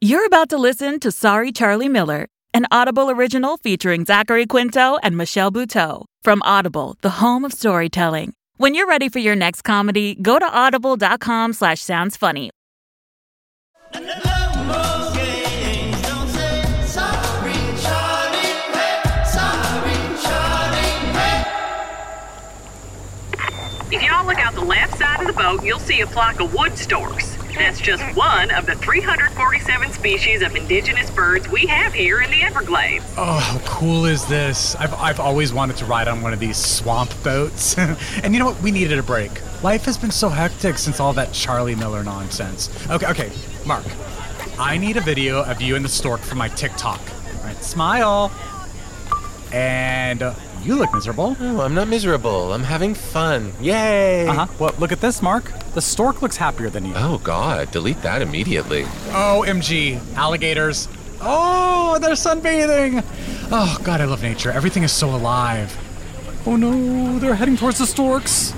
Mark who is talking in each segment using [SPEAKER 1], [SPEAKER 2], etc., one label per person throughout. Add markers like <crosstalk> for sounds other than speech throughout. [SPEAKER 1] You're about to listen to Sorry Charlie Miller, an Audible original featuring Zachary Quinto and Michelle Buteau from Audible, the home of storytelling. When you're ready for your next comedy, go to audible.com slash sounds funny.
[SPEAKER 2] If y'all look out the left side of the boat, you'll see a flock of wood storks. That's just one of the 347 species of indigenous birds we have here in the Everglades.
[SPEAKER 3] Oh, how cool is this? I've, I've always wanted to ride on one of these swamp boats. <laughs> and you know what? We needed a break. Life has been so hectic since all that Charlie Miller nonsense. Okay, okay, Mark. I need a video of you and the stork for my TikTok. All right, smile. And uh, you look miserable.
[SPEAKER 4] No, Oh, I'm not miserable. I'm having fun. Yay!
[SPEAKER 3] Uh huh. Well, look at this, Mark. The stork looks happier than you.
[SPEAKER 4] Oh god, delete that immediately.
[SPEAKER 3] OMG, alligators. Oh, they're sunbathing. Oh, God, I love nature. Everything is so alive. Oh no, they're heading towards the storks.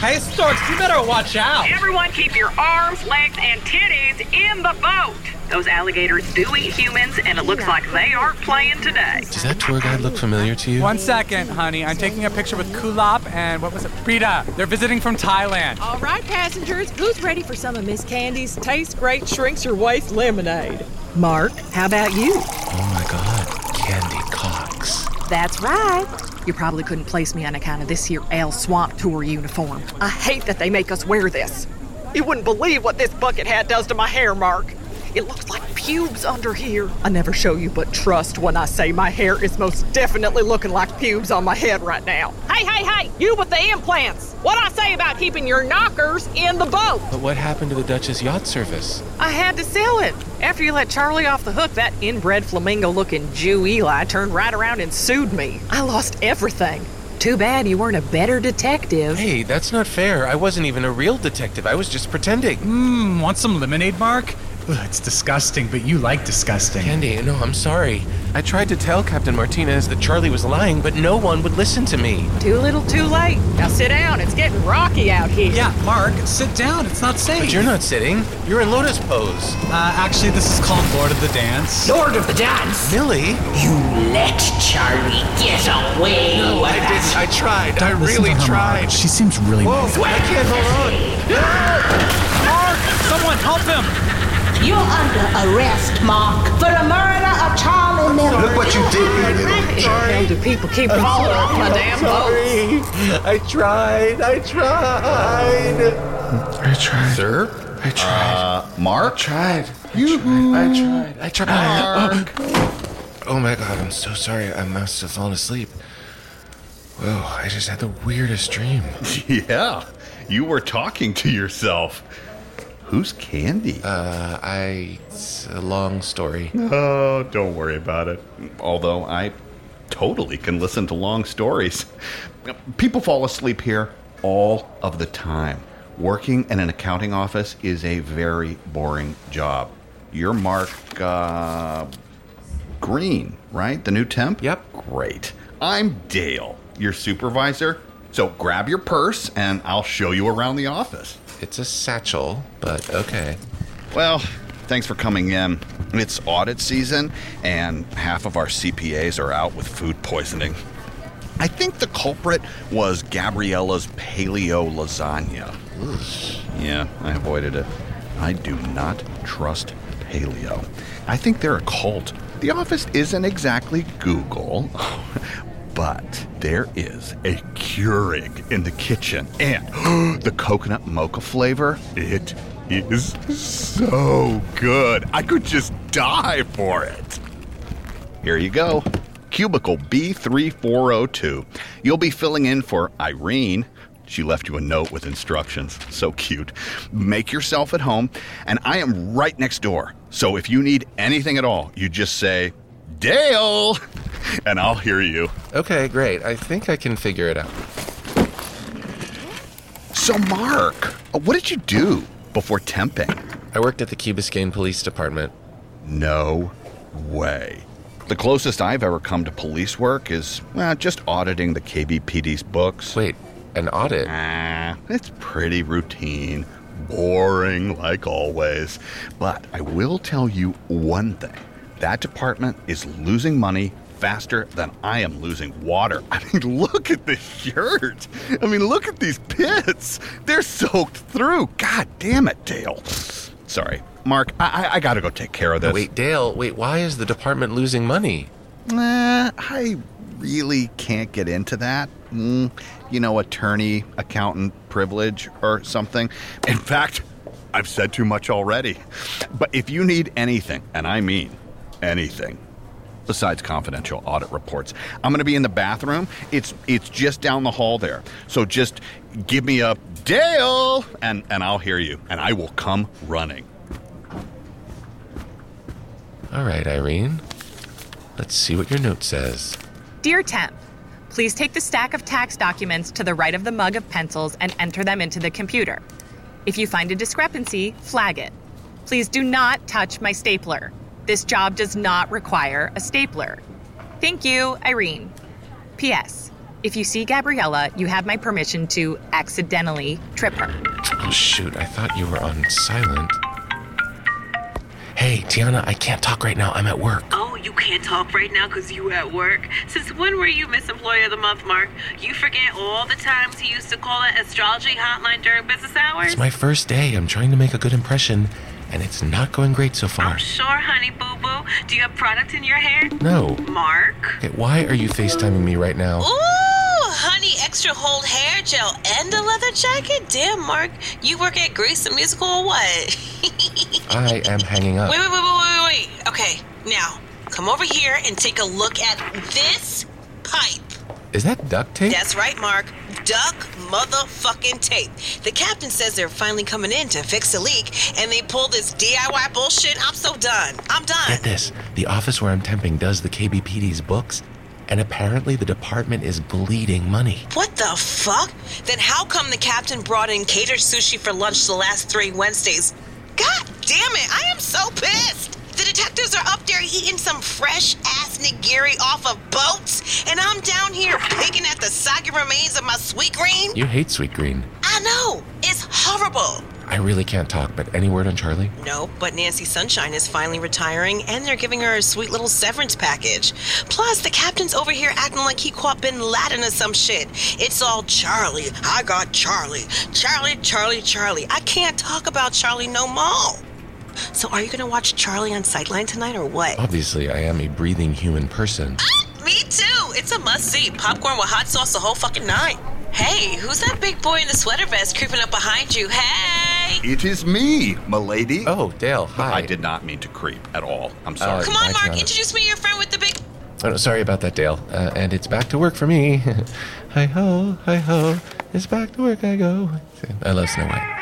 [SPEAKER 5] Hey, Storks, you better watch out.
[SPEAKER 2] Everyone keep your arms, legs, and titties in the boat. Those alligators do eat humans, and it looks like they aren't playing today.
[SPEAKER 4] Does that tour guide look familiar to you?
[SPEAKER 5] One second, honey. I'm taking a picture with Kulop and what was it? Frida. They're visiting from Thailand.
[SPEAKER 6] All right, passengers, who's ready for some of Miss Candy's Taste Great Shrinks Your Waist lemonade? Mark, how about you?
[SPEAKER 4] Oh my god, Candy Cox.
[SPEAKER 6] That's right. You probably couldn't place me on account of this here Al Swamp Tour uniform. I hate that they make us wear this. You wouldn't believe what this bucket hat does to my hair, Mark. It looks like pubes under here. I never show you, but trust when I say my hair is most definitely looking like pubes on my head right now. Hey, hey, hey, you with the implants. What I say about keeping your knockers in the boat?
[SPEAKER 4] But what happened to the Duchess Yacht Service?
[SPEAKER 6] I had to sell it. After you let Charlie off the hook, that inbred flamingo looking Jew Eli turned right around and sued me. I lost everything. Too bad you weren't a better detective.
[SPEAKER 4] Hey, that's not fair. I wasn't even a real detective. I was just pretending.
[SPEAKER 3] Hmm, want some lemonade, Mark? Ugh, it's disgusting, but you like disgusting.
[SPEAKER 4] Candy, no, I'm sorry. I tried to tell Captain Martinez that Charlie was lying, but no one would listen to me.
[SPEAKER 6] Too little, too late. Now sit down. It's getting rocky out here.
[SPEAKER 3] yeah, Mark, sit down. It's not safe.
[SPEAKER 4] But you're not sitting. You're in lotus pose.
[SPEAKER 3] Uh, actually, this is called Lord of the Dance.
[SPEAKER 7] Lord of the Dance!
[SPEAKER 4] Millie?
[SPEAKER 7] You let Charlie get away with
[SPEAKER 4] I didn't. I tried. I
[SPEAKER 3] Don't listen
[SPEAKER 4] really
[SPEAKER 3] to her, Mark.
[SPEAKER 4] tried.
[SPEAKER 3] She seems really
[SPEAKER 4] Whoa,
[SPEAKER 3] nice.
[SPEAKER 4] I can't hold on.
[SPEAKER 3] Mark, someone help him.
[SPEAKER 8] You're under arrest, Mark, for the murder of Charlie Miller.
[SPEAKER 9] Look what you did, Millie.
[SPEAKER 6] How do people keep falling off my damn boat?
[SPEAKER 4] Sorry. I tried. I tried.
[SPEAKER 9] I tried.
[SPEAKER 4] Sir?
[SPEAKER 9] I tried.
[SPEAKER 4] Mark?
[SPEAKER 9] I tried. I tried. I tried. I tried.
[SPEAKER 4] Oh my god, I'm so sorry. I must have fallen asleep. Whoa, I just had the weirdest dream.
[SPEAKER 9] <laughs> Yeah, you were talking to yourself. Who's Candy?
[SPEAKER 4] Uh, I. It's a long story.
[SPEAKER 9] oh, don't worry about it. Although I totally can listen to long stories. People fall asleep here all of the time. Working in an accounting office is a very boring job. You're Mark uh, Green, right? The new temp?
[SPEAKER 4] Yep.
[SPEAKER 9] Great. I'm Dale, your supervisor. So grab your purse and I'll show you around the office.
[SPEAKER 4] It's a satchel, but okay.
[SPEAKER 9] Well, thanks for coming in. It's audit season, and half of our CPAs are out with food poisoning. I think the culprit was Gabriella's paleo lasagna. Yeah, I avoided it. I do not trust paleo. I think they're a cult. The office isn't exactly Google, <laughs> but there is a Keurig in the kitchen, and <gasps> the coconut mocha flavor, it is so good. I could just die for it. Here you go. Cubicle B3402. You'll be filling in for Irene. She left you a note with instructions. So cute. Make yourself at home, and I am right next door. So if you need anything at all, you just say, Dale, <laughs> and I'll hear you.
[SPEAKER 4] Okay, great. I think I can figure it out.
[SPEAKER 9] So, Mark, what did you do before temping?
[SPEAKER 4] I worked at the Key Biscayne Police Department.
[SPEAKER 9] No way. The closest I've ever come to police work is well, just auditing the KBPD's books.
[SPEAKER 4] Wait, an audit?
[SPEAKER 9] Ah, it's pretty routine. boring like always. But I will tell you one thing that department is losing money faster than I am losing water. <laughs> I mean, look at this shirt. I mean, look at these pits. They're soaked through. God damn it, Dale. Sorry. Mark, I, I, I gotta go take care of this.
[SPEAKER 4] Wait, Dale, wait, why is the department losing money?
[SPEAKER 9] Nah, I really can't get into that. Mm, you know, attorney, accountant privilege or something. In fact, I've said too much already. But if you need anything, and I mean anything, besides confidential audit reports, I'm going to be in the bathroom. It's it's just down the hall there. So just give me a Dale, and and I'll hear you, and I will come running.
[SPEAKER 4] All right, Irene. Let's see what your note says.
[SPEAKER 10] Dear Temp, please take the stack of tax documents to the right of the mug of pencils and enter them into the computer. If you find a discrepancy, flag it. Please do not touch my stapler. This job does not require a stapler. Thank you, Irene. P.S. If you see Gabriella, you have my permission to accidentally trip her.
[SPEAKER 4] Oh, shoot, I thought you were on silent. Hey, Tiana, I can't talk right now. I'm at work.
[SPEAKER 11] Oh, you can't talk right now because you at work. Since when were you Miss Employee of the Month, Mark? You forget all the times he used to call an astrology hotline during business hours?
[SPEAKER 4] It's my first day. I'm trying to make a good impression, and it's not going great so
[SPEAKER 12] Oh,
[SPEAKER 4] far.
[SPEAKER 11] Sure, honey boo boo. Do you have product in your hair?
[SPEAKER 4] No.
[SPEAKER 11] Mark?
[SPEAKER 4] Okay, why are you FaceTiming me right now?
[SPEAKER 12] Oh, Ooh, honey, extra hold hair gel and a leather jacket? Damn, Mark, you work at Grace the Musical or what?
[SPEAKER 4] I am hanging up.
[SPEAKER 12] Wait, wait, wait, wait, wait, wait. Okay, now come over here and take a look at this pipe.
[SPEAKER 4] Is that duct tape?
[SPEAKER 12] That's right, Mark. Duck motherfucking tape. The captain says they're finally coming in to fix the leak, and they pull this DIY bullshit. I'm so done. I'm done.
[SPEAKER 4] Get this the office where I'm temping does the KBPD's books, and apparently the department is bleeding money.
[SPEAKER 12] What the fuck? Then how come the captain brought in catered sushi for lunch the last three Wednesdays? God damn it, I am so pissed! The detectives are up there eating some fresh ass nigiri off of boats, and I'm down here picking at the soggy remains of my sweet green.
[SPEAKER 4] You hate sweet green.
[SPEAKER 12] I know, it's horrible.
[SPEAKER 4] I really can't talk, but any word on Charlie?
[SPEAKER 12] No, but Nancy Sunshine is finally retiring, and they're giving her a sweet little severance package. Plus, the captain's over here acting like he caught Bin Laden or some shit. It's all Charlie. I got Charlie. Charlie, Charlie, Charlie. I can't talk about Charlie no more. So, are you going to watch Charlie on Sightline tonight or what?
[SPEAKER 4] Obviously, I am a breathing human person.
[SPEAKER 12] Me too. It's a must see. Popcorn with hot sauce, the whole fucking nine. Hey, who's that big boy in the sweater vest creeping up behind you? Hey!
[SPEAKER 9] It is me, milady.
[SPEAKER 4] Oh, Dale, hi. Uh,
[SPEAKER 9] I did not mean to creep at all. I'm sorry.
[SPEAKER 12] Come
[SPEAKER 4] I
[SPEAKER 12] on, Mark,
[SPEAKER 4] cannot-
[SPEAKER 12] introduce me to your friend with the big.
[SPEAKER 4] Oh, no, sorry about that, Dale. Uh, and it's back to work for me. <laughs> hi ho, hi ho. It's back to work I go. I love Snow White.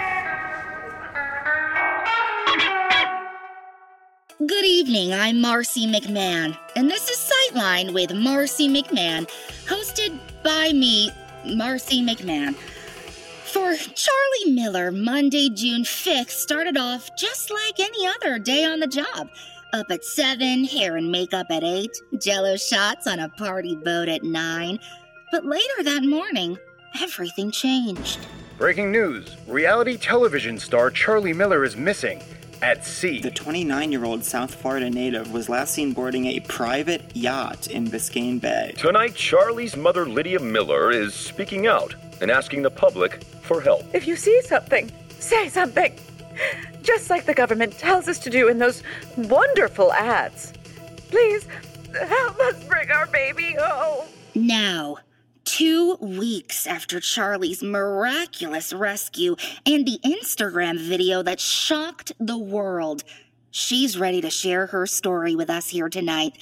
[SPEAKER 13] Good evening, I'm Marcy McMahon, and this is Sightline with Marcy McMahon, hosted by me, Marcy McMahon. For Charlie Miller, Monday, June 5th started off just like any other day on the job. Up at 7, hair and makeup at 8, jello shots on a party boat at 9. But later that morning, everything changed.
[SPEAKER 8] Breaking news reality television star Charlie Miller is missing at sea.
[SPEAKER 14] The 29 year old South Florida native was last seen boarding a private yacht in Biscayne Bay.
[SPEAKER 5] Tonight, Charlie's mother, Lydia Miller, is speaking out and asking the public for help.
[SPEAKER 15] If you see something, say something. Just like the government tells us to do in those wonderful ads. Please, help us bring our baby home.
[SPEAKER 13] Now, two weeks after Charlie's miraculous rescue and the Instagram video that shocked the world, she's ready to share her story with us here tonight.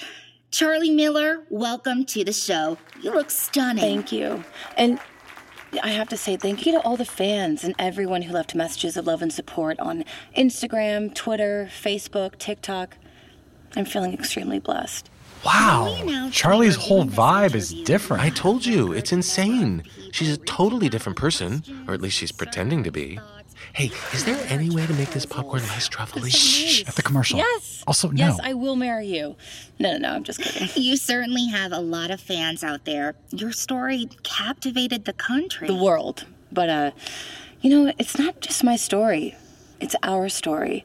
[SPEAKER 13] Charlie Miller, welcome to the show. You look stunning.
[SPEAKER 16] Thank you. And I have to say thank you to all the fans and everyone who left messages of love and support on Instagram, Twitter, Facebook, TikTok. I'm feeling extremely blessed.
[SPEAKER 3] Wow. Charlie's whole vibe is different.
[SPEAKER 4] I told you, it's insane. She's a totally different person, or at least she's pretending to be. Hey, is there any way to make this popcorn less truffly?
[SPEAKER 3] Shh, at the commercial.
[SPEAKER 16] Yes.
[SPEAKER 3] Also, no.
[SPEAKER 16] Yes, I will marry you. No, no, no, I'm just kidding.
[SPEAKER 13] <laughs> You certainly have a lot of fans out there. Your story captivated the country.
[SPEAKER 16] The world. But uh You know, it's not just my story, it's our story.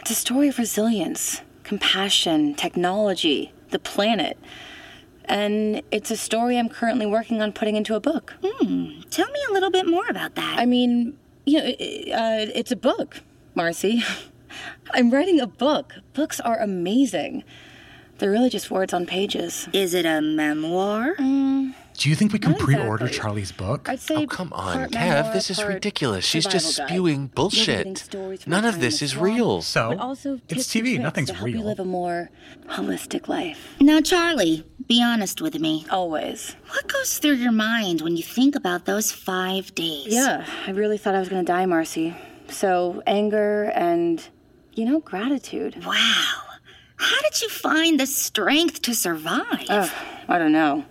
[SPEAKER 16] It's a story of resilience, compassion, technology, the planet. And it's a story I'm currently working on putting into a book. Hmm. Tell me a little bit more about that. I mean, you know, i- uh, it's a book, Marcy. <laughs> I'm writing a book. Books are amazing. They're really just words on pages. Is it a memoir? Mm,
[SPEAKER 3] Do you think we can
[SPEAKER 16] Not
[SPEAKER 3] pre-order
[SPEAKER 16] exactly.
[SPEAKER 3] Charlie's book?
[SPEAKER 16] I'd say.
[SPEAKER 4] Oh, Come on,
[SPEAKER 16] part
[SPEAKER 4] Kev,
[SPEAKER 16] memoir,
[SPEAKER 4] this is
[SPEAKER 16] part
[SPEAKER 4] ridiculous. She's just
[SPEAKER 16] survival guide.
[SPEAKER 4] spewing
[SPEAKER 16] Motivating
[SPEAKER 4] bullshit.
[SPEAKER 16] stories from
[SPEAKER 4] None
[SPEAKER 16] the
[SPEAKER 4] of
[SPEAKER 16] time
[SPEAKER 4] this
[SPEAKER 16] the
[SPEAKER 4] is
[SPEAKER 16] swamp,
[SPEAKER 4] real.
[SPEAKER 16] but also tips and tricks to help You live a more holistic life.
[SPEAKER 13] Now, Charlie, be honest with me.
[SPEAKER 16] Always.
[SPEAKER 13] What goes through your mind when you think about those five days?
[SPEAKER 16] Yeah, I really thought I was going to die, Marcy. So anger and, you know, gratitude.
[SPEAKER 13] Wow. How did you find the strength to survive?
[SPEAKER 16] Ugh, I don't know.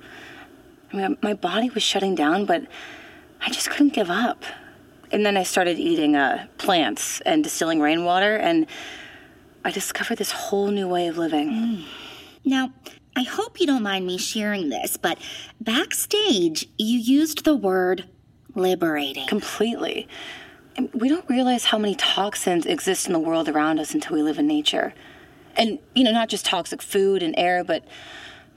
[SPEAKER 16] I mean, my body was shutting down, but I just couldn't give up. And then I started eating uh, plants and distilling rainwater, and I discovered this whole new way of living.
[SPEAKER 13] Mm. Now, I hope you don't mind me sharing this, but backstage, you used the word liberating.
[SPEAKER 16] Completely. And We don't realize how many toxins exist in the world around us until we live in nature. And, you know, not just toxic food and air, but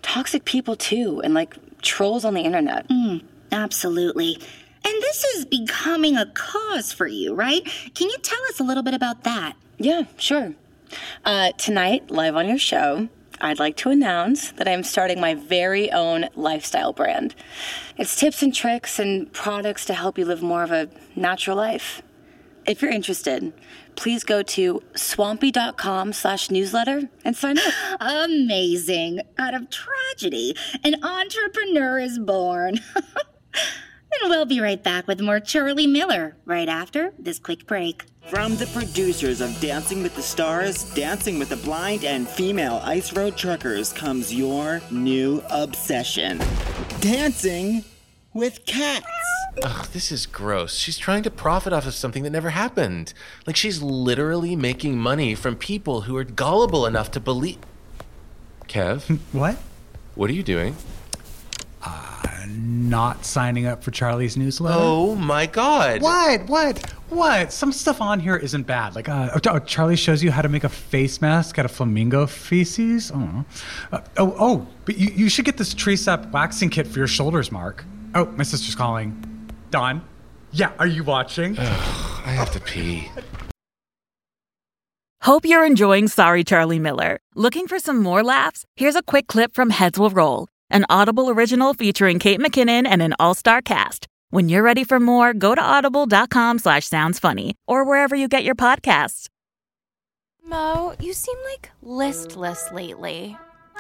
[SPEAKER 16] toxic people too, and like trolls on the internet.
[SPEAKER 13] Mm, absolutely. And this is becoming a cause for you, right? Can you tell us a little bit about that?
[SPEAKER 16] Yeah, sure. Uh, tonight, live on your show, I'd like to announce that I'm starting my very own lifestyle brand. It's tips and tricks and products to help you live more of a natural life. If you're interested, please go to swampy.com slash newsletter and sign up.
[SPEAKER 13] <gasps> Amazing. Out of tragedy, an entrepreneur is born. <laughs> and we'll be right back with more Charlie Miller right after this quick break.
[SPEAKER 14] From the producers of Dancing with the Stars, Dancing with the Blind, and Female Ice Road Truckers comes your new obsession Dancing with Cats.
[SPEAKER 4] Ugh, this is gross. She's trying to profit off of something that never happened. Like, she's literally making money from people who are gullible enough to believe.
[SPEAKER 3] <laughs>
[SPEAKER 4] Kev?
[SPEAKER 3] What?
[SPEAKER 4] What are you doing?
[SPEAKER 3] Not Uh, signing up for Charlie's newsletter.
[SPEAKER 4] Oh my god.
[SPEAKER 3] What? What? What? Some stuff on here isn't bad. Like, uh, oh, oh, Charlie shows you how to make a face mask out of flamingo feces. Oh, uh, oh, oh! But you, you should get this tree sap waxing kit for your shoulders, Mark. Oh, my sister's calling. Don. Yeah, are you watching?
[SPEAKER 4] I have to pee.
[SPEAKER 1] Hope you're enjoying Sorry Charlie Miller. Looking for some more laughs? Here's a quick clip from Heads Will Roll, an Audible original featuring Kate McKinnon and an all-star cast. When you're ready for more, go to audible.com slash sounds funny or wherever you get your podcasts.
[SPEAKER 17] Mo, you seem like listless lately.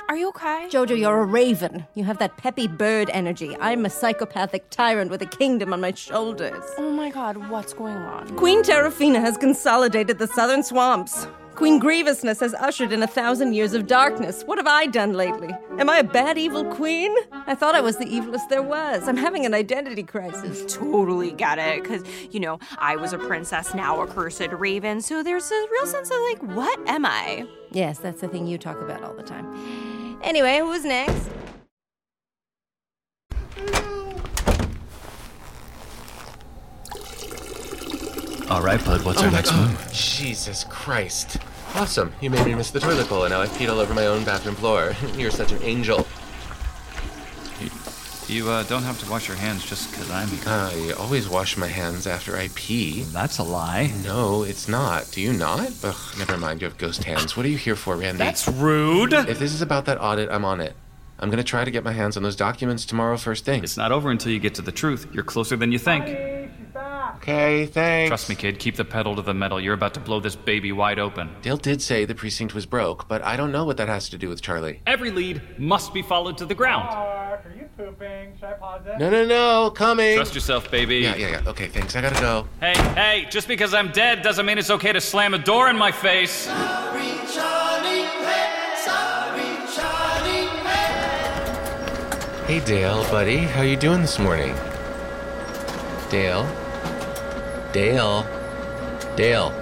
[SPEAKER 17] Are you okay?
[SPEAKER 15] Jojo, you're a raven. You have that peppy bird energy. I'm a psychopathic tyrant with a kingdom on my shoulders.
[SPEAKER 17] Oh my god, what's going on?
[SPEAKER 15] Queen Terrafina has consolidated the southern swamps. Queen Grievousness has ushered in a thousand years of darkness. What have I done lately? Am I a bad, evil queen? I thought I was the evilest there was. I'm having an identity crisis.
[SPEAKER 17] Totally get it, because, you know, I was a princess, now a cursed raven, so there's a real sense of like, what am I?
[SPEAKER 15] Yes, that's the thing you talk about all the time. Anyway, who's next?
[SPEAKER 18] All right, bud, what's
[SPEAKER 4] Oh
[SPEAKER 18] our
[SPEAKER 4] my
[SPEAKER 18] next
[SPEAKER 4] God.
[SPEAKER 18] move?
[SPEAKER 4] Jesus Christ. Awesome. You made me miss the toilet bowl, and now I peed all over my own bathroom floor. <laughs> You're such an angel.
[SPEAKER 18] You uh, don't have to wash your hands just because I'm here.
[SPEAKER 4] I always wash my hands after I pee.
[SPEAKER 18] That's a lie.
[SPEAKER 4] No, it's not. Do you not? Ugh, never mind. You have ghost hands. What are you here for, Randy?
[SPEAKER 18] That's rude.
[SPEAKER 4] If this is about that audit, I'm on it. I'm gonna try to get my hands on those documents tomorrow first thing.
[SPEAKER 18] It's not over until you get to the truth. You're closer than you think.
[SPEAKER 4] Okay, thanks.
[SPEAKER 18] Trust me, kid, keep the pedal to the metal. You're about to blow this baby wide open.
[SPEAKER 4] Dale did say the precinct was broke, but I don't know what that has to do with Charlie.
[SPEAKER 18] Every lead must be followed to the ground.
[SPEAKER 4] No, no, no, coming.
[SPEAKER 18] Trust yourself, baby.
[SPEAKER 4] Yeah, yeah, yeah. Okay, thanks. I gotta go.
[SPEAKER 18] Hey, hey, just because I'm dead doesn't mean it's okay to slam a door in my face.
[SPEAKER 4] Hey, Dale, buddy. How you doing this morning? Dale? Dale? Dale?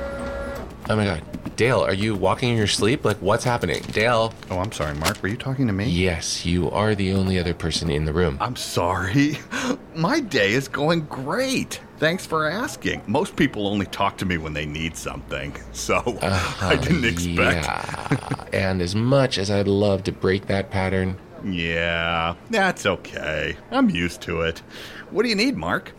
[SPEAKER 4] Oh my god. Dale, are you walking in your sleep? Like, what's happening? Dale?
[SPEAKER 9] Oh, I'm sorry, Mark. Were you talking to me?
[SPEAKER 4] Yes,
[SPEAKER 9] <laughs>
[SPEAKER 4] you are the only other person in the room.
[SPEAKER 9] I'm sorry. My day is going great. Thanks for asking. Most people only talk to me when they need something, so <laughs> I didn't expect.
[SPEAKER 4] Uh-huh, Yeah. and as much as I'd love to break that pattern,
[SPEAKER 9] yeah, that's okay. I'm used to it. What do you need, Mark?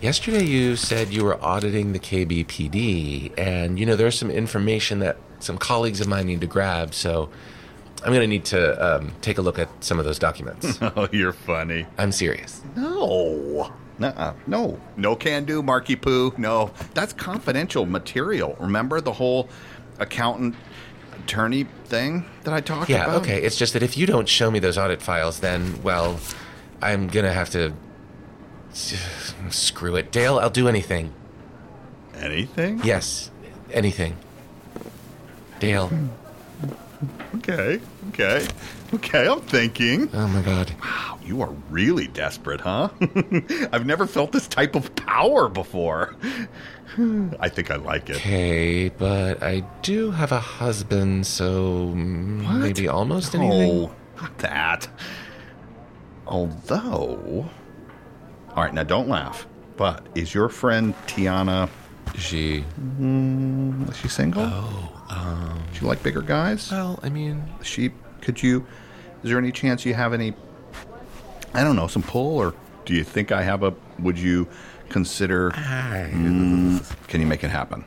[SPEAKER 4] Yesterday, you said you were auditing the KBPD, and you know there's some information that some colleagues of mine need to grab. So I'm going to need to um, take a look at some of those documents.
[SPEAKER 9] <laughs> oh, you're funny.
[SPEAKER 4] I'm serious.
[SPEAKER 9] No. Nuh-uh. No. No can do, Marky Poo. No. That's confidential material. Remember the whole accountant attorney thing that I talked
[SPEAKER 4] yeah,
[SPEAKER 9] about?
[SPEAKER 4] okay. It's just that if you don't show me those audit files, then well, I'm going to have to <sighs> screw it, Dale. I'll do anything.
[SPEAKER 9] Anything?
[SPEAKER 4] Yes, anything. Dale.
[SPEAKER 9] Okay. Okay. Okay, I'm thinking.
[SPEAKER 4] Oh my god.
[SPEAKER 9] Wow, you are really desperate, huh? <laughs> I've never felt this type of power before. I think I like it.
[SPEAKER 4] Okay, but I do have a husband, so mm,
[SPEAKER 9] What?
[SPEAKER 4] maybe almost
[SPEAKER 9] no,
[SPEAKER 4] anything.
[SPEAKER 9] not that. Although, all right, now don't laugh. But is your friend Tiana?
[SPEAKER 4] She.
[SPEAKER 9] Mm, is she single? Oh,
[SPEAKER 4] um,
[SPEAKER 9] she like bigger guys?
[SPEAKER 4] Well, I mean,
[SPEAKER 9] she. Could you? Is there any chance you have any? I don't know, some pull, or do you think I have a? Would you consider? Mm, can you make it happen?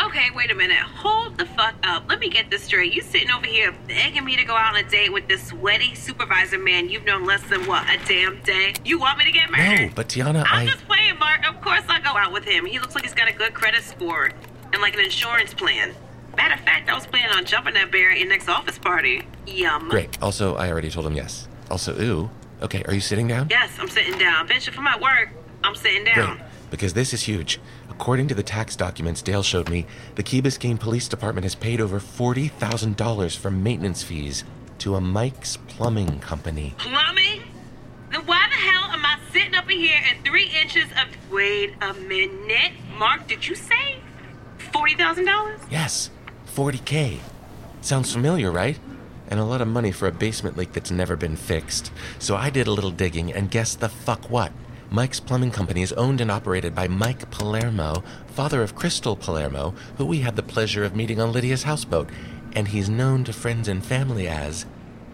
[SPEAKER 2] Okay, wait a minute. Hold the fuck up. Let me get this straight. You sitting over here begging me to go out on a date with this sweaty supervisor man you've known less than what a damn day. You want me to get
[SPEAKER 4] No,
[SPEAKER 2] murdered?
[SPEAKER 4] but Tiana,
[SPEAKER 2] I'm
[SPEAKER 4] I.
[SPEAKER 2] just playing, Mark. Of course I'll go out with him. He looks like he's got a good credit score and like an insurance plan. Matter of fact, I was planning on jumping that bear at your next office party. Yum.
[SPEAKER 4] Great. Also, I already told him yes. Also, ooh. Okay, are you sitting down?
[SPEAKER 2] Yes, I'm sitting down. Bitch, if I'm at work, I'm sitting down.
[SPEAKER 4] Great, because this is huge. According to the tax documents Dale showed me, the Key Biscayne Police Department has paid over $40,000 for maintenance fees to a Mike's Plumbing Company.
[SPEAKER 2] Plumbing? Then why the hell am I sitting up in here in three inches of. Wait a minute. Mark, did you say $40,000?
[SPEAKER 4] Yes, 40K. Sounds familiar, right? And a lot of money for a basement leak that's never been fixed. So I did a little digging, and guess the fuck what? Mike's Plumbing Company is owned and operated by Mike Palermo, father of Crystal Palermo, who we had the pleasure of meeting on Lydia's houseboat. And he's known to friends and family as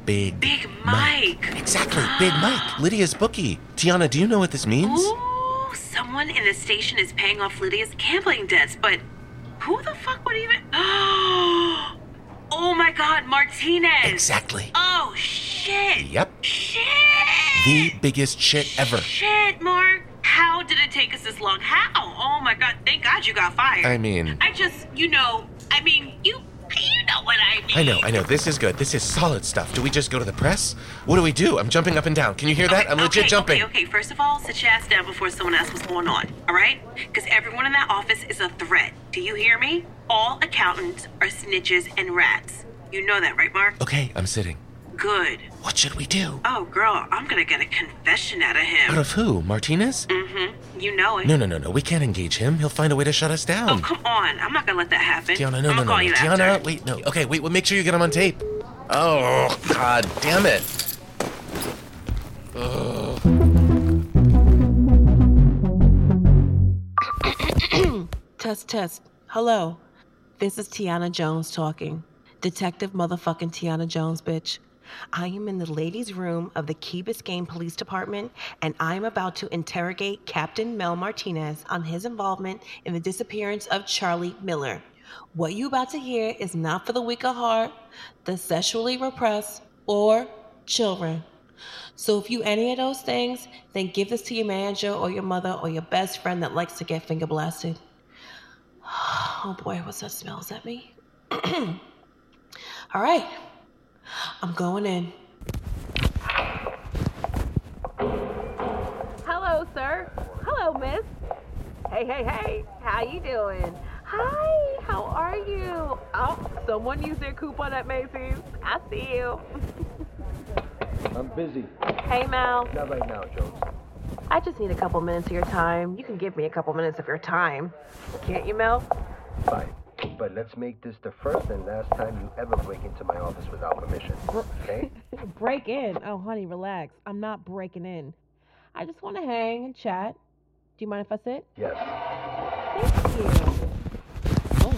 [SPEAKER 4] Big
[SPEAKER 2] Big Mike.
[SPEAKER 4] Exactly, Big Mike, Lydia's bookie. Tiana, do you know what this means?
[SPEAKER 2] <gasps> Ooh, someone in the station is paying off Lydia's gambling debts, but who the fuck would even. <gasps> Oh my god, Martinez!
[SPEAKER 4] Exactly.
[SPEAKER 2] Oh shit!
[SPEAKER 4] Yep.
[SPEAKER 2] Shit!
[SPEAKER 4] The biggest shit ever.
[SPEAKER 2] Shit, Mark! How did it take us this long? How? Oh my god, thank god you got fired.
[SPEAKER 4] I mean-
[SPEAKER 2] I just, you know, I mean, you. You know what I mean.
[SPEAKER 4] I know, I know. This is good. This is solid stuff. Do we just go to the press? What do we do? I'm jumping up and down. Can you hear that? I'm legit
[SPEAKER 2] okay,
[SPEAKER 4] jumping.
[SPEAKER 2] Okay, okay, first of all, sit your ass down before someone asks what's going on, all right? Because everyone in that office is a threat. Do you hear me? All accountants are snitches and rats. You know that, right, Mark?
[SPEAKER 4] Okay, I'm sitting.
[SPEAKER 2] Good.
[SPEAKER 4] What should we do?
[SPEAKER 2] Oh, girl, I'm gonna get a confession out of him.
[SPEAKER 4] Out of who? Martinez?
[SPEAKER 2] Mm-hmm. You know it.
[SPEAKER 4] No, no, no, no. We can't engage him. He'll find a way to shut us
[SPEAKER 2] Oh,
[SPEAKER 4] down.
[SPEAKER 2] come on. I'm not gonna let that happen.
[SPEAKER 4] Tiana,
[SPEAKER 2] I'm gonna
[SPEAKER 4] no, no, no. no.
[SPEAKER 2] call you
[SPEAKER 4] Tiana,
[SPEAKER 2] after.
[SPEAKER 4] wait, no. Okay, wait, well, make sure you get him on tape. Oh, god damn it.
[SPEAKER 12] <coughs> test, test. Hello. This is Tiana Jones talking. Detective motherfucking Tiana Jones, bitch. I am in the ladies' room of the Key Biscayne Police Department, and I am about to interrogate Captain Mel Martinez on his involvement in the disappearance of Charlie Miller. What you about to hear is not for the weak of heart, the sexually repressed, or children. So if you any of those things, then give this to your manager or your mother or your best friend that likes to get finger blasted. <sighs> Oh boy, what's that smells at me? <clears throat> All right, I'm going in.
[SPEAKER 19] Hello, sir. Hello, miss. Hey, hey, hey. How you doing? Hi, how are you? Oh, someone used their coupon at Macy's. I see you.
[SPEAKER 20] I'm busy.
[SPEAKER 19] Hey, Mel.
[SPEAKER 20] Not right now, Jones.
[SPEAKER 19] I just need a couple minutes of your time. You can give me a couple minutes of your time. Can't you, Mel?
[SPEAKER 20] Fine. But let's make this the first and last time you ever break into my office without permission. Okay?
[SPEAKER 12] Break in. Oh, honey, relax. I'm not breaking in. I just want to hang and chat. Do you mind if I sit?
[SPEAKER 20] Yes.
[SPEAKER 12] These Oh,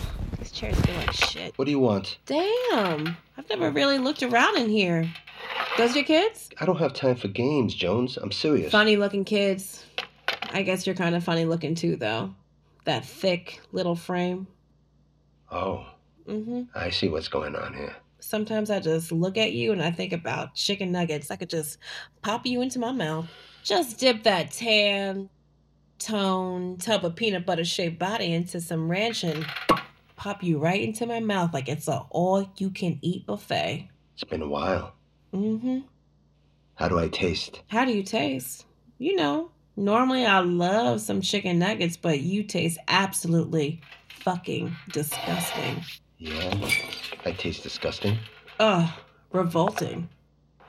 [SPEAKER 12] chairs feel like shit.
[SPEAKER 20] <laughs> What do you want?
[SPEAKER 12] Damn. I've never really looked around in here. Those your kids?
[SPEAKER 20] I don't have time for games, Jones. I'm serious.
[SPEAKER 12] Funny looking kids. I guess you're kind of funny looking too, though. That thick little frame.
[SPEAKER 20] Oh,
[SPEAKER 12] Mm-hmm.
[SPEAKER 20] I see what's going on here.
[SPEAKER 12] Sometimes I just look at you and I think about chicken nuggets. I could just pop you into my mouth. Just dip that tan tone tub of peanut butter shaped body into some ranch and pop you right into my mouth like it's a all you can eat buffet.
[SPEAKER 20] It's been a while.
[SPEAKER 12] Mm-hmm.
[SPEAKER 20] How do I taste?
[SPEAKER 12] How do you taste? You know, normally I love some chicken nuggets, but you taste absolutely fucking disgusting.
[SPEAKER 20] Yeah, I taste disgusting.
[SPEAKER 12] Ugh, revolting.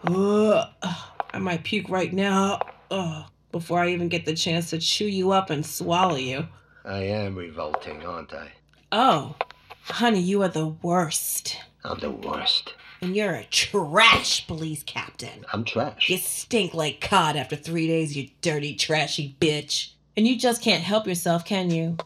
[SPEAKER 12] Ugh, ugh, I might puke right now. Ugh, before I even get the chance to chew you up and swallow you.
[SPEAKER 20] I am revolting, aren't I?
[SPEAKER 12] Oh, honey, you are the worst.
[SPEAKER 20] I'm the worst.
[SPEAKER 12] And you're a trash police captain.
[SPEAKER 20] I'm trash.
[SPEAKER 12] You stink like cod after three days, you dirty, trashy bitch. And you just can't help yourself, can you?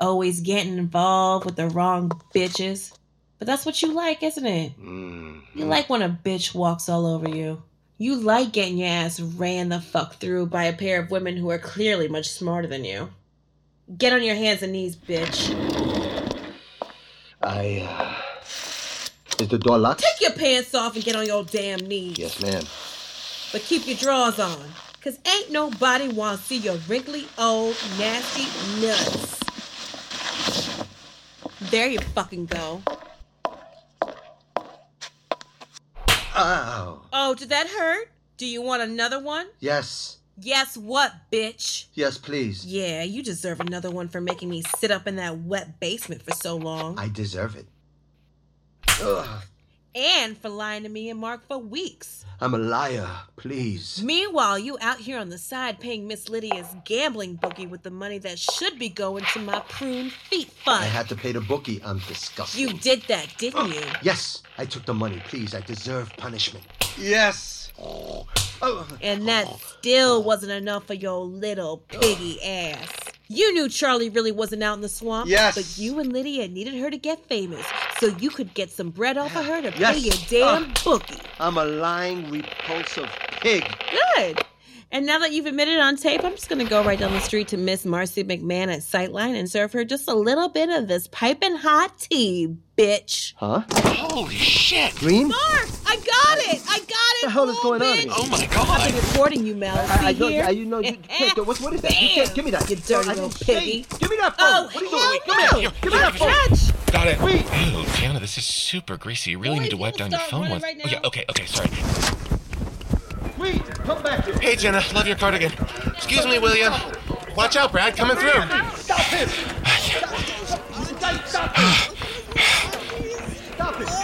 [SPEAKER 12] Always getting involved with the wrong bitches. But that's what you like, isn't it? You like when a bitch walks all over you. You like getting your ass ran the fuck through by a pair of women who are clearly much smarter than you. Get on your hands and knees, bitch.
[SPEAKER 20] I, uh... Is the door locked?
[SPEAKER 12] Take your pants off and get on your damn knees.
[SPEAKER 20] Yes, ma'am.
[SPEAKER 12] But keep your drawers on, 'cause ain't nobody want to see your wrinkly, old, nasty nuts. There you fucking go.
[SPEAKER 20] Ow.
[SPEAKER 12] Oh, did that hurt? Do you want another one?
[SPEAKER 20] Yes.
[SPEAKER 12] Yes, what, bitch?
[SPEAKER 20] Yes, please.
[SPEAKER 12] Yeah, you deserve another one for making me sit up in that wet basement for so long.
[SPEAKER 20] I deserve it. Ugh,
[SPEAKER 12] And for lying to me and Mark for weeks.
[SPEAKER 20] I'm a liar. Please.
[SPEAKER 12] Meanwhile, you out here on the side paying Miss Lydia's gambling bookie with the money that should be going to my pruned feet
[SPEAKER 20] I
[SPEAKER 12] fund.
[SPEAKER 20] had to pay the bookie. I'm disgusted.
[SPEAKER 12] You did that, didn't you?
[SPEAKER 20] Yes, I took the money. Please, I deserve punishment. Yes. Oh.
[SPEAKER 12] And that still wasn't enough for your little piggy ass. You knew Charlie really wasn't out in the swamp.
[SPEAKER 20] Yes.
[SPEAKER 12] But you and Lydia needed her to get famous so you could get some bread off of her to
[SPEAKER 20] Yes.
[SPEAKER 12] pay your damn
[SPEAKER 20] Ah.
[SPEAKER 12] bookie.
[SPEAKER 20] I'm a lying, repulsive pig.
[SPEAKER 12] Good. And now that you've admitted it on tape, I'm just going to go right down the street to Miss Marcy McMahon at Sightline and serve her just a little bit of this piping hot tea, bitch.
[SPEAKER 20] Huh?
[SPEAKER 12] Holy shit.
[SPEAKER 20] Green?
[SPEAKER 12] Mark, I got it. I got it. What the hell is going on
[SPEAKER 20] here? Oh my
[SPEAKER 12] I've been recording you, Mel.
[SPEAKER 20] I- I
[SPEAKER 12] See
[SPEAKER 20] know-
[SPEAKER 12] here?
[SPEAKER 20] I- you know,
[SPEAKER 12] <laughs>
[SPEAKER 20] you can't do- what- what is that? You can't- give me that.
[SPEAKER 12] You dirty
[SPEAKER 20] I
[SPEAKER 12] little
[SPEAKER 20] didn't say-
[SPEAKER 12] piggy. Oh,
[SPEAKER 20] Give me that
[SPEAKER 12] phone.
[SPEAKER 20] What are you
[SPEAKER 12] doing?
[SPEAKER 20] Come here, here, give me that phone.
[SPEAKER 4] Got it. Ew, Tiana, this is super greasy. You really need to wipe down your phone once.
[SPEAKER 20] right
[SPEAKER 4] Oh, yeah, okay, okay, sorry.
[SPEAKER 20] Wait, come back here.
[SPEAKER 4] Hey, Jenna, love your cardigan. Excuse me, William. Watch out, Brad, coming through.
[SPEAKER 20] Stop him! Stop him! Stop it!
[SPEAKER 5] <sighs>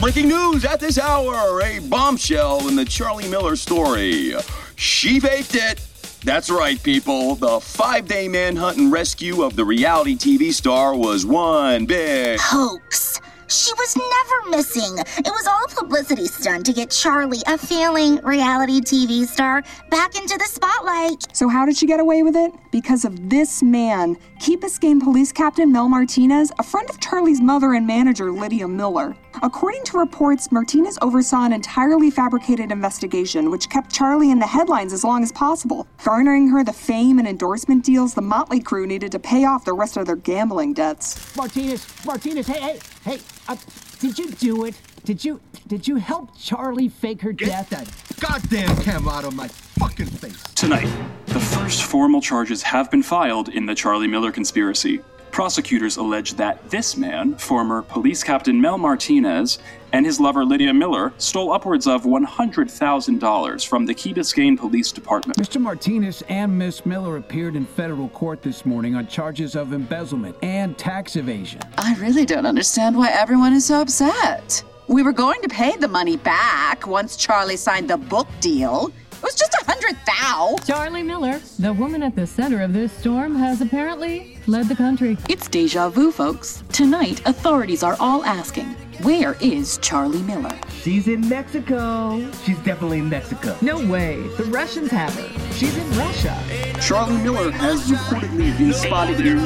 [SPEAKER 5] Breaking news at this hour a bombshell in the Charlie Miller story. She vaped it. That's right, people. The five day manhunt and rescue of the reality TV star was one big.
[SPEAKER 13] Hoax. She was never missing. It was all a publicity stunt to get Charlie, a failing reality TV star, back into the spotlight.
[SPEAKER 7] So, how did she get away with it? Because of this man, Key Biscayne Police Captain Mel Martinez, a friend of Charlie's mother and manager, Lydia Miller. According to reports, Martinez oversaw an entirely fabricated investigation, which kept Charlie in the headlines as long as possible, garnering her the fame and endorsement deals the Motley crew needed to pay off the rest of their gambling debts.
[SPEAKER 8] Martinez, Martinez, hey, hey, hey! Uh, did you do it? Did you did you help Charlie fake her death? I-
[SPEAKER 20] Goddamn camera out of my fucking face.
[SPEAKER 21] Tonight, the first formal charges have been filed in the Charlie Miller conspiracy. Prosecutors allege that this man, former police captain Mel Martinez, and his lover Lydia Miller stole upwards of $100,000 from the Key Biscayne Police Department.
[SPEAKER 8] Mr. Martinez and Miss Miller appeared in federal court this morning on charges of embezzlement and tax evasion.
[SPEAKER 22] I really don't understand why everyone is so upset. We were going to pay the money back once Charlie signed the book deal. It was just
[SPEAKER 6] Roger Thou.
[SPEAKER 1] Charlie Miller, the woman at the center of this storm, has apparently fled the country.
[SPEAKER 6] It's deja vu, folks. Tonight, authorities are all asking, where is Charlie Miller?
[SPEAKER 23] She's in Mexico. She's definitely in Mexico.
[SPEAKER 1] No way. The Russians have her. She's in Russia.
[SPEAKER 8] Charlie Miller has reportedly been spotted in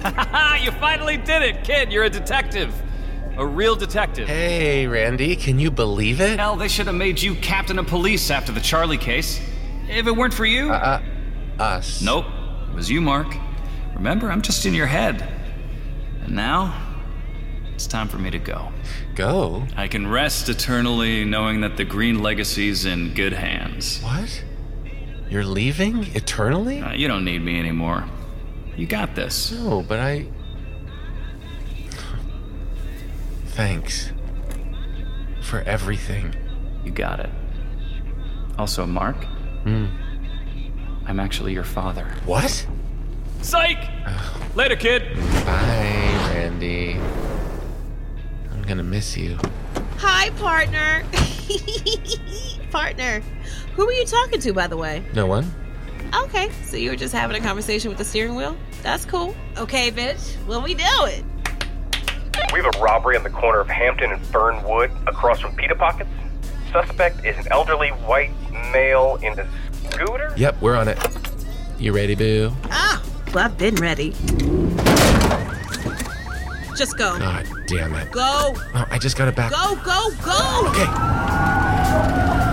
[SPEAKER 18] <laughs> you finally did it, kid. You're a detective. A real detective.
[SPEAKER 4] Hey, Randy, can you believe it?
[SPEAKER 18] Hell, they should have made you captain of police after the Charlie case. If it weren't for you.
[SPEAKER 4] Uh, uh us.
[SPEAKER 18] Nope. It was you, Mark. Remember, I'm just in your head. And now, it's time for me to go.
[SPEAKER 4] Go?
[SPEAKER 18] I can rest eternally knowing that the Green Legacy's in good hands.
[SPEAKER 4] What? You're leaving eternally?
[SPEAKER 18] Hmm. you don't need me anymore. You got this.
[SPEAKER 4] No, but I. Thanks. For everything.
[SPEAKER 18] You got it. Also, Mark,
[SPEAKER 4] Hmm.
[SPEAKER 18] I'm actually your father.
[SPEAKER 4] What?
[SPEAKER 18] Psych! Later, kid.
[SPEAKER 4] Bye, Randy. I'm gonna miss you.
[SPEAKER 12] Hi, partner. <laughs> partner. Who were you talking to, by the way?
[SPEAKER 4] No one?
[SPEAKER 12] Okay, so you were just having a conversation with the steering wheel? That's cool. Okay, bitch. Well, we do it.
[SPEAKER 3] We have a robbery on the corner of Hampton and Fernwood, across from Pita Pockets. Suspect is an elderly white male in the scooter.
[SPEAKER 4] Yep, we're on it. You ready, boo?
[SPEAKER 12] Ah, well, I've been ready. Just go.
[SPEAKER 4] God damn it.
[SPEAKER 12] Go.
[SPEAKER 4] Oh, I just got it back.
[SPEAKER 12] Go, go, go. Okay.